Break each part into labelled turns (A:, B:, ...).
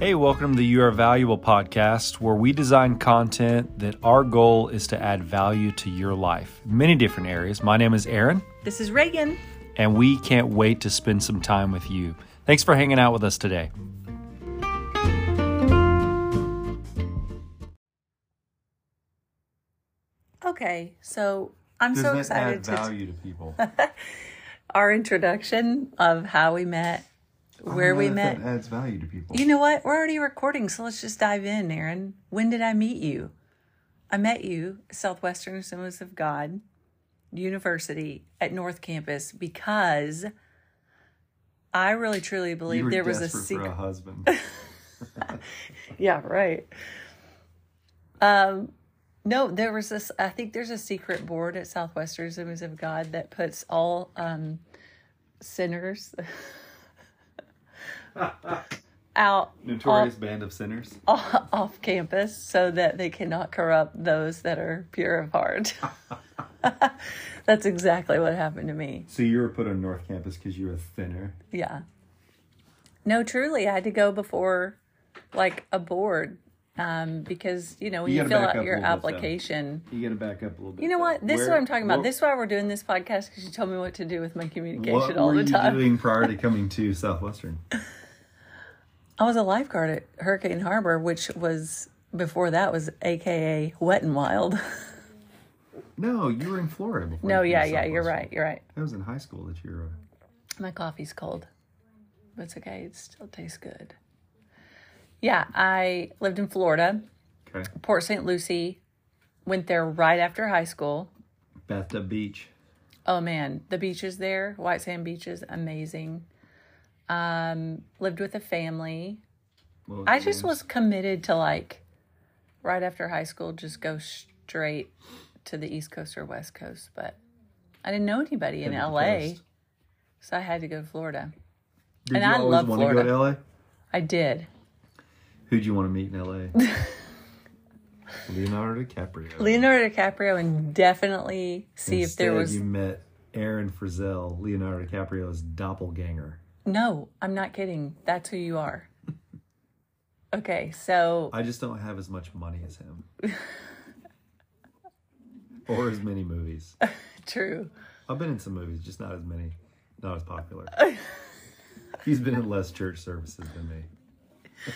A: Hey, welcome to the You Are Valuable podcast, where we design content that our goal is to add value to your life, many different areas. My name is Aaron,
B: This is Reagan.
A: and we can't wait to spend some time with you. Thanks for hanging out with us today.
B: Okay, so I'm so excited to
C: to people.
B: our introduction of how we met, where we met.
C: adds value to people.
B: You know what? We're already recording, so let's just dive in, Aaron. When did I meet you? I met you at Southwestern Assemblies of God University at North Campus because I really truly believe there was a secret.
C: husband.
B: Yeah, right. Um, no, there was this. I think there's a secret board at Southwestern Assemblies of God that puts all um, sinners out
C: Notorious band of sinners.
B: off, off campus so that they cannot corrupt those that are pure of heart. That's exactly what happened to me.
C: So you were put on North Campus because you were a sinner.
B: Yeah. No, truly, I had to go before like a board um, because you know when you,
C: You gotta
B: fill
C: back
B: out
C: up a
B: your
C: little bit, though.
B: application.
C: You got to back up a little bit.
B: You know
C: though.
B: what? This is
C: Where-
B: what I'm talking about.
C: what-
B: This is why we're doing this podcast because you told me what to do with my
C: What
B: communication all the
C: were you
B: time.
C: doing prior to coming to Southwestern?
B: I was a lifeguard at Hurricane Harbor, which was before that was AKA Wet and Wild.
C: No, you were in Florida. Before
B: no,
C: you came
B: yeah,
C: to
B: yeah, you're
C: Southwestern.
B: right, you're right.
C: That was in high school that you were.
B: My coffee's cold. but It's okay. It still tastes good. Yeah, I lived in Florida,
C: Okay.
B: Port St. Lucie. Went there right after high school.
C: Bathtub Beach.
B: Oh man, the beaches there, white sand beaches, amazing. Um, lived with a family.
C: What
B: I
C: the
B: just
C: name?
B: was committed to like right after high school, just go straight to the East Coast or West Coast. But I didn't know anybody in
C: Headed to
B: LA,
C: coast.
B: so I had to go to Florida.
C: Did
B: and
C: you
B: I
C: always
B: love
C: wanna
B: Florida.
C: Go to LA?
B: I did.
C: Who'd you want to meet in LA? Leonardo DiCaprio.
B: Leonardo DiCaprio and definitely see if there
C: Instead,
B: was.
C: you met Aaron Frizzell, Leonardo DiCaprio's doppelganger.
B: No, I'm not kidding. That's who you are. Okay, so
C: I just don't have as much money as him, or as many movies.
B: true.
C: I've been in some movies, just not as many, not as popular. He's been in less church services than me.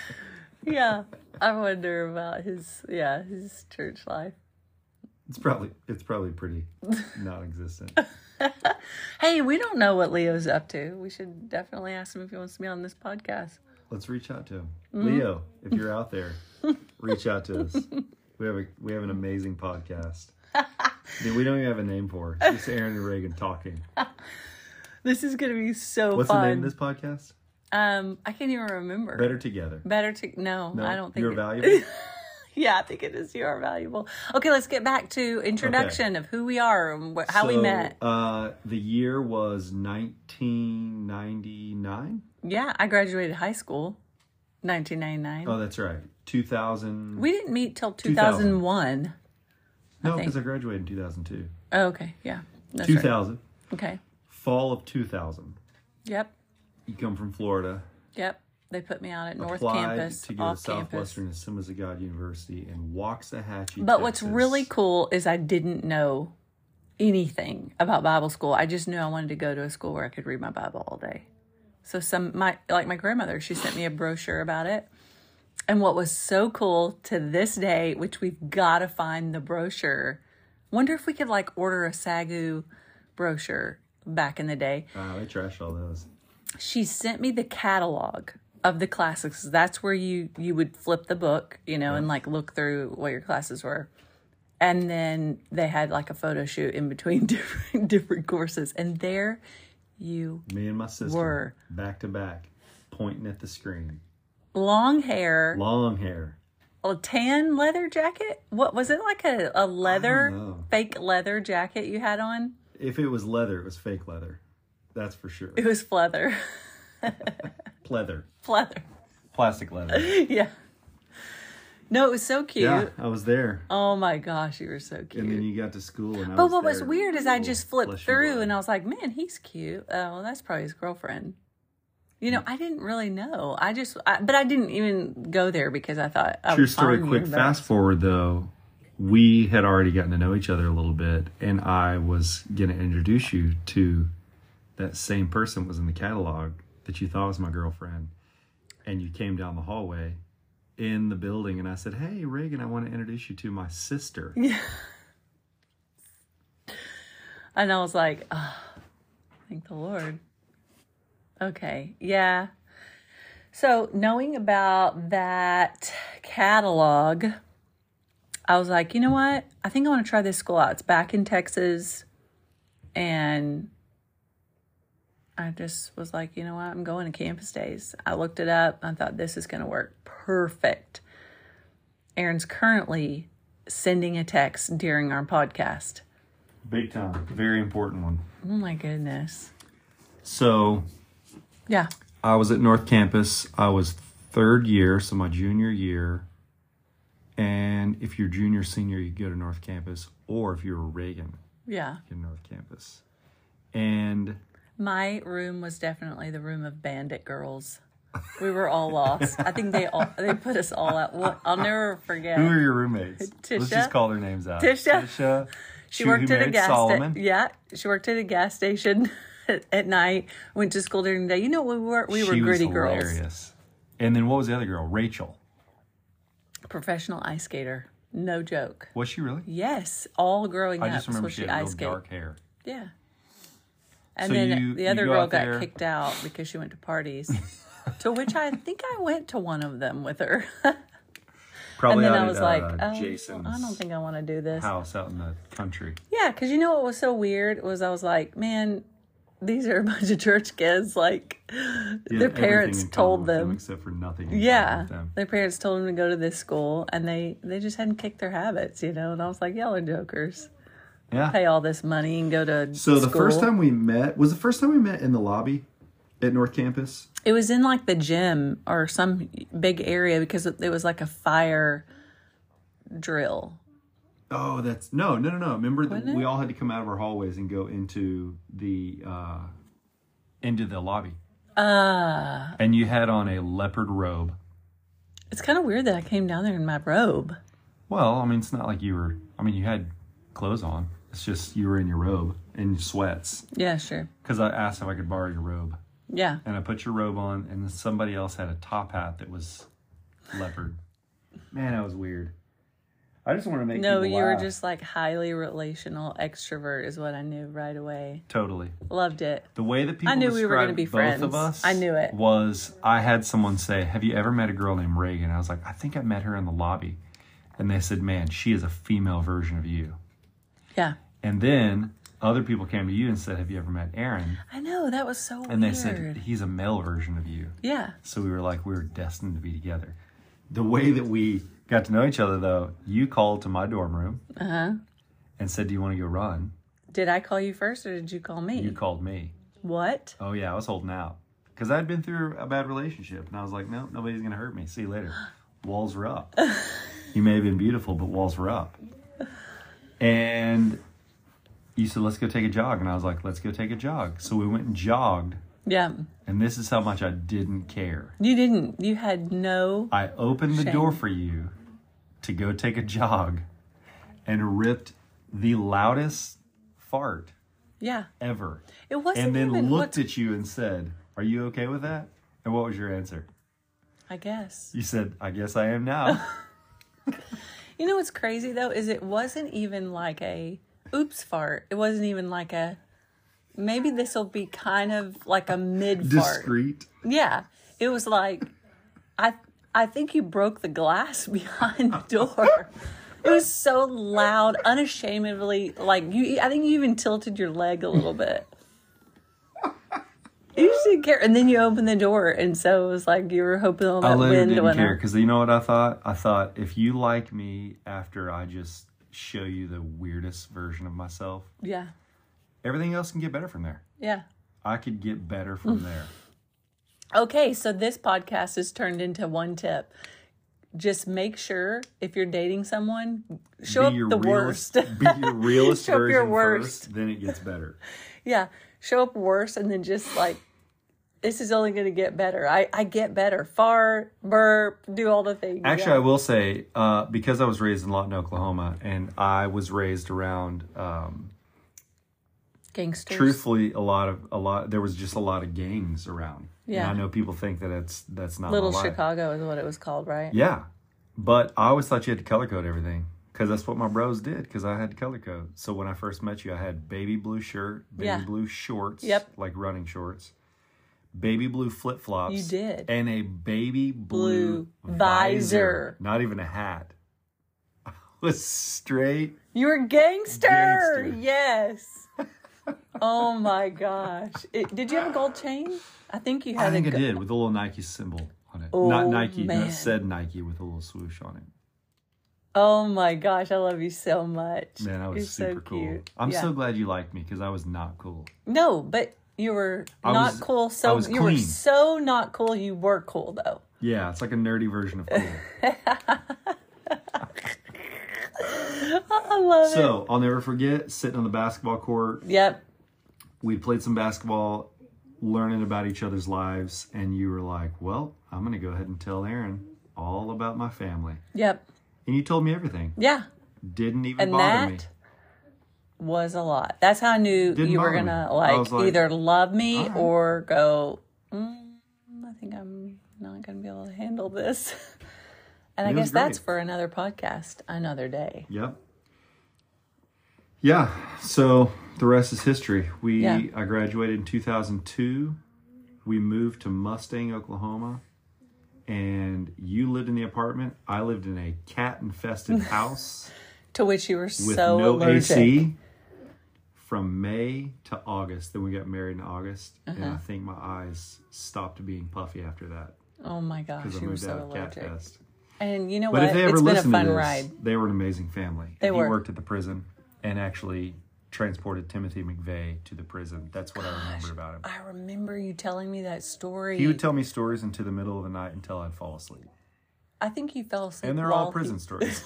B: Yeah, I wonder about his yeah his church life.
C: It's probably it's probably pretty non-existent.
B: Hey, we don't know what Leo's up to. We should definitely ask him if he wants to be on this podcast.
C: Let's reach out to him,
B: Mm-hmm.
C: Leo. If you're out there, reach out to us. We have a we have an amazing podcast. Dude, we don't even have a name for it. It's just Aaron and Reagan talking.
B: This is gonna be so
C: What's
B: fun.
C: the name of this podcast?
B: Um, I can't even remember.
C: Better Together.
B: Better to no,
C: No,
B: I don't think.
C: you're
B: it-
C: valuable.
B: yeah, I think it is. You are valuable. Okay, let's get back to introduction of who we are and wh- how we
C: So,
B: met.
C: Uh, the year was 1999.
B: Yeah, I graduated high school, 1999.
C: Oh, that's right. 2000.
B: we didn't meet till
C: 2000.
B: 2001.
C: no,
B: think.
C: because I graduated in 2002.
B: Oh, okay, yeah, that's right.
C: 2000.
B: Okay,
C: Fall of 2000.
B: yep,
C: You come from Florida.
B: yep. They put me out at North
C: applied
B: Campus,
C: to go to
B: off campus.
C: Southwestern Assemblies of God University in Waxahachie.
B: But what's
C: Texas.
B: really cool is I didn't know anything about Bible school. I just knew I wanted to go to a school where I could read my Bible all day. So some my like my grandmother, she sent me a brochure about it. And what was so cool to this day, which we've got to find the brochure. Wonder if we could like order a Sagu brochure back in the day.
C: Wow, Ah, they trashed all those.
B: She sent me the catalog of the classics. That's where you you would flip the book, you know, and like look through what your classes were. And then they had like a photo shoot in between different different courses. And there you
C: Me and my sister.
B: Were.
C: Back to back. Pointing at the screen.
B: long hair,
C: Long hair.
B: a tan leather jacket. What was it like a, a leather
C: know.
B: fake leather jacket you had on?
C: If it was leather, it was fake leather. That's for sure.
B: It was pleather.
C: Pleather.
B: pleather.
C: Plastic leather.
B: Yeah. No, it was so cute.
C: Yeah, I was there.
B: Oh my gosh, you were so cute.
C: And then you got to school, and I
B: But
C: was
B: what was
C: there.
B: weird is I
C: Ooh,
B: just flipped
C: flesh
B: through
C: blood.
B: and I was like, man, he's cute. Oh, well, that's probably his girlfriend. You know, I didn't really know. I just, I, but I didn't even go there because I thought. I
C: True
B: would
C: story.
B: find
C: Quick
B: you, but-
C: fast forward though, we had already gotten to know each other a little bit, and I was gonna introduce you to that same person that was in the catalog that you thought was my girlfriend, and you came down the hallway in the building, and I said, "Hey, Reagan, I want to introduce you to my sister."
B: And I was like, oh, thank the Lord. Okay, yeah. So, knowing about that catalog, I was like, you know what? I think I want to try this school out. It's back in Texas. And I just was like, you know what? I'm going to campus days. I looked it up. I thought this is going to work perfect. Aaron's currently sending a text during our podcast.
C: Big time, very important one.
B: Oh my goodness.
C: So
B: Yeah.
C: I was at North Campus. I was third year, so my junior year. And if you're junior, senior, you go to North Campus, or if you're a Reagan,
B: Yeah.
C: in North Campus. And
B: My room was definitely the room of bandit girls. We were all lost. I think they all they put us all out. Well, I'll never forget.
C: who are your roommates? Let's
B: Tisha.
C: just call their names out.
B: Tisha.
C: Tisha.
B: She
C: who
B: worked at a
C: married
B: gas
C: Solomon.
B: station. Yeah, she worked at a gas station at, at night. Went to school during the day. You know, we were we were
C: She
B: gritty
C: was
B: girls.
C: hilarious. And then what was the other girl? Rachel.
B: Professional ice skater. No joke.
C: Was she really?
B: Yes, all growing
C: I
B: up
C: just
B: was
C: remember
B: where
C: she
B: she
C: had real
B: ice skated.
C: dark hair.
B: Yeah. And
C: So
B: then
C: you-
B: the
C: you
B: other
C: go
B: girl
C: out
B: got
C: there-
B: kicked out because she went to parties. to which I think I went to one of them with her.
C: Probably
B: and then
C: out
B: I was
C: at,
B: like,
C: uh,
B: oh,
C: Jason's
B: I don't think I want to do this.
C: house out in the country.
B: Yeah, because you know what was so weird was I was like, man, these are a bunch of church kids. Like,
C: He had
B: Their
C: everything
B: parents
C: in common
B: told
C: with them,
B: them.
C: except for nothing. in common
B: yeah,
C: with them.
B: their parents told them to go to this school, and they they just hadn't kicked their habits, you know. And I was like, y'all are jokers.
C: yeah.
B: Pay all this money and go to
C: So the
B: school.
C: first time we met was the first time we met in the lobby at North Campus.
B: It was in like the gym or some big area because it it was like a fire drill.
C: Oh, that's no, no, no, no. Remember, that
B: Wasn't it?
C: we all had to come out of our hallways and go into the uh into the lobby,
B: Uh,
C: and you had on a leopard robe.
B: it's kind of weird that I came down there in my robe.
C: Well, I mean, it's not like you were. I mean, you had clothes on. It's just you were in your robe and your sweats.
B: Yeah, sure.
C: Because I asked if I could borrow your robe,
B: Yeah.
C: and I put your robe on, and then somebody else had a top hat that was leopard. Man, that was weird. I just want to make
B: No,
C: people
B: you were
C: laugh.
B: just like highly relational extrovert is what I knew right away.
C: totally.
B: Loved it.
C: The way that people
B: I knew we were
C: going
B: gonna
C: to
B: be
C: both
B: friends.
C: of us,
B: I knew it.
C: Was I had someone say, "Have you ever met a girl named Reagan?" I was like, "I think I met her in the lobby," and they said, "Man, she is a female version of you."
B: Yeah.
C: And then other people came to you and said, "Have you ever met Aaron?"
B: I know that was so weird.
C: And they said, "He's a male version of you."
B: yeah.
C: So we were like, we were destined to be together. The way that we got to know each other, though, you called to my dorm room and said, "Do you want to go run?"
B: Did I call you first or did you call me?
C: You called me.
B: what?
C: Oh yeah, I was holding out because I'd been through a bad relationship, and I was like, nope, nobody's gonna hurt me. See you later. Walls were up. you may have been beautiful, but walls were up. And you said, let's go take a jog, and I was like, let's go take a jog. So we went and jogged,
B: Yeah.
C: and this is how much I didn't care.
B: You didn't. You had no.
C: I opened the
B: Shame.
C: door for you to go take a jog, and ripped the loudest fart
B: Yeah.
C: ever
B: It wasn't
C: and then
B: even
C: looked
B: what
C: at you and said, "Are you okay with that?" And what was your answer?
B: I guess.
C: You said, "I guess I am now."
B: You know what's crazy though is it wasn't even like a oops fart. It wasn't even like a maybe this will be kind of like a mid fart.
C: Discreet.
B: Yeah, it was like I I think you broke the glass behind the door. It was so loud, unashamedly like you. I think you even tilted your leg a little bit. You just didn't care, and then you opened the door, and so it was like you were hoping all
C: I
B: that
C: later
B: wind
C: didn't
B: went
C: care
B: up.
C: because you know what I thought? I thought if you like me after I just show you the weirdest version of myself,
B: Yeah,
C: everything else can get better from there.
B: yeah.
C: I could get better from there.
B: Okay, so this podcast is turned into one tip. Just make sure if you're dating someone, show up the
C: realest,
B: worst.
C: be your realest
B: Show up your
C: version
B: worst.
C: first, then it gets better.
B: yeah, show up worse and then just like this is only going to get better. I, I get better. Far, burp, do all the things.
C: Actually, I will say uh, because I was raised in Lawton, Oklahoma, and I was raised around. Um,
B: gangsters.
C: truthfully, a lot of a lot. There was just a lot of gangs around. And
B: Yeah.
C: I know people think that that's that's not
B: Little
C: my life.
B: Chicago is what it was called, right?
C: Yeah, but I always thought you had to color code everything because that's what my bros did. Because I had to color code. So when I first met you, I had baby blue shirt, baby
B: Yeah.
C: blue shorts,
B: Yep.
C: like running shorts, baby blue flip flops.
B: You did.
C: and a baby blue,
B: Blue visor.
C: visor, not even a hat. I was straight.
B: You were gangster.
C: Gangster.
B: Yes. oh my gosh! It, did you have a gold chain? I think you had
C: I think
B: a
C: I
B: go-
C: did with a little Nike symbol on it.
B: Oh,
C: Not Nike,
B: man.
C: but said Nike with a little swoosh on it.
B: Oh my gosh! I love you so much.
C: Man, that was
B: You're
C: super
B: so
C: cool.
B: Cute.
C: I'm
B: Yeah.
C: so glad you liked me because I was not cool.
B: no, but you were
C: I
B: not
C: was-
B: cool. So
C: I was
B: you were
C: clean.
B: so not cool. You were cool though.
C: Yeah, it's like a nerdy version of cool.
B: I love it.
C: so I'll never forget sitting on the basketball court.
B: Yep.
C: We played some basketball, learning about each other's lives, and you were like, "Well, I'm going to go ahead and tell Aaron all about my family,"
B: Yep.
C: and you told me everything.
B: Yeah.
C: Didn't even
B: and
C: bother
B: that
C: me.
B: was a lot. That's how I knew
C: Didn't
B: you were
C: bother me.
B: gonna
C: I
B: like,
C: was like,
B: either love me
C: all right.
B: or go. Mm, I think I'm not gonna be able to handle this. And I
C: It was
B: guess that's
C: great.
B: for another podcast, another day.
C: Yep. Yeah. So the rest is history. We
B: Yeah.
C: I graduated in 2002. We moved to Mustang, Oklahoma, and you lived in the apartment. I lived in a cat-infested house
B: To which you were
C: with
B: so
C: no
B: allergic.
C: AC from May to August. Then we got married in August,
B: Uh-huh.
C: and I think my eyes stopped being puffy after that
B: Oh my gosh,
C: because I
B: you were
C: moved
B: so
C: out of cat
B: allergic.
C: fest.
B: And you know
C: But
B: what?
C: if they ever
B: It's been a
C: listened
B: fun
C: to this,
B: ride.
C: they were an amazing family.
B: They
C: And
B: were.
C: He worked at the prison and actually transported Timothy McVeigh to the prison. That's what I remember about him.
B: I remember you telling me that story.
C: He would tell me stories into the middle of the night until I'd fall asleep.
B: I think you fell asleep.
C: And they're
B: while he-
C: all prison stories.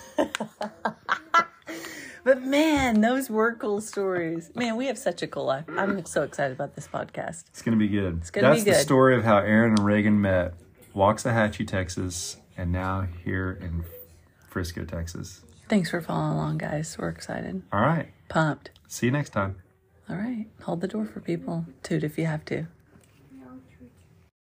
B: But man, those were cool stories. Man, we have such a cool life. I'm so excited about this podcast.
C: It's going to be good. It's
B: gonna
C: That's
B: be
C: the
B: good.
C: story of how Aaron and Reagan met, Waxahachie, Texas, and now here in Frisco, Texas.
B: Thanks for following along, guys. We're excited,
C: All right.
B: pumped.
C: See you next time.
B: All right, hold the door for people. Toot if you have to.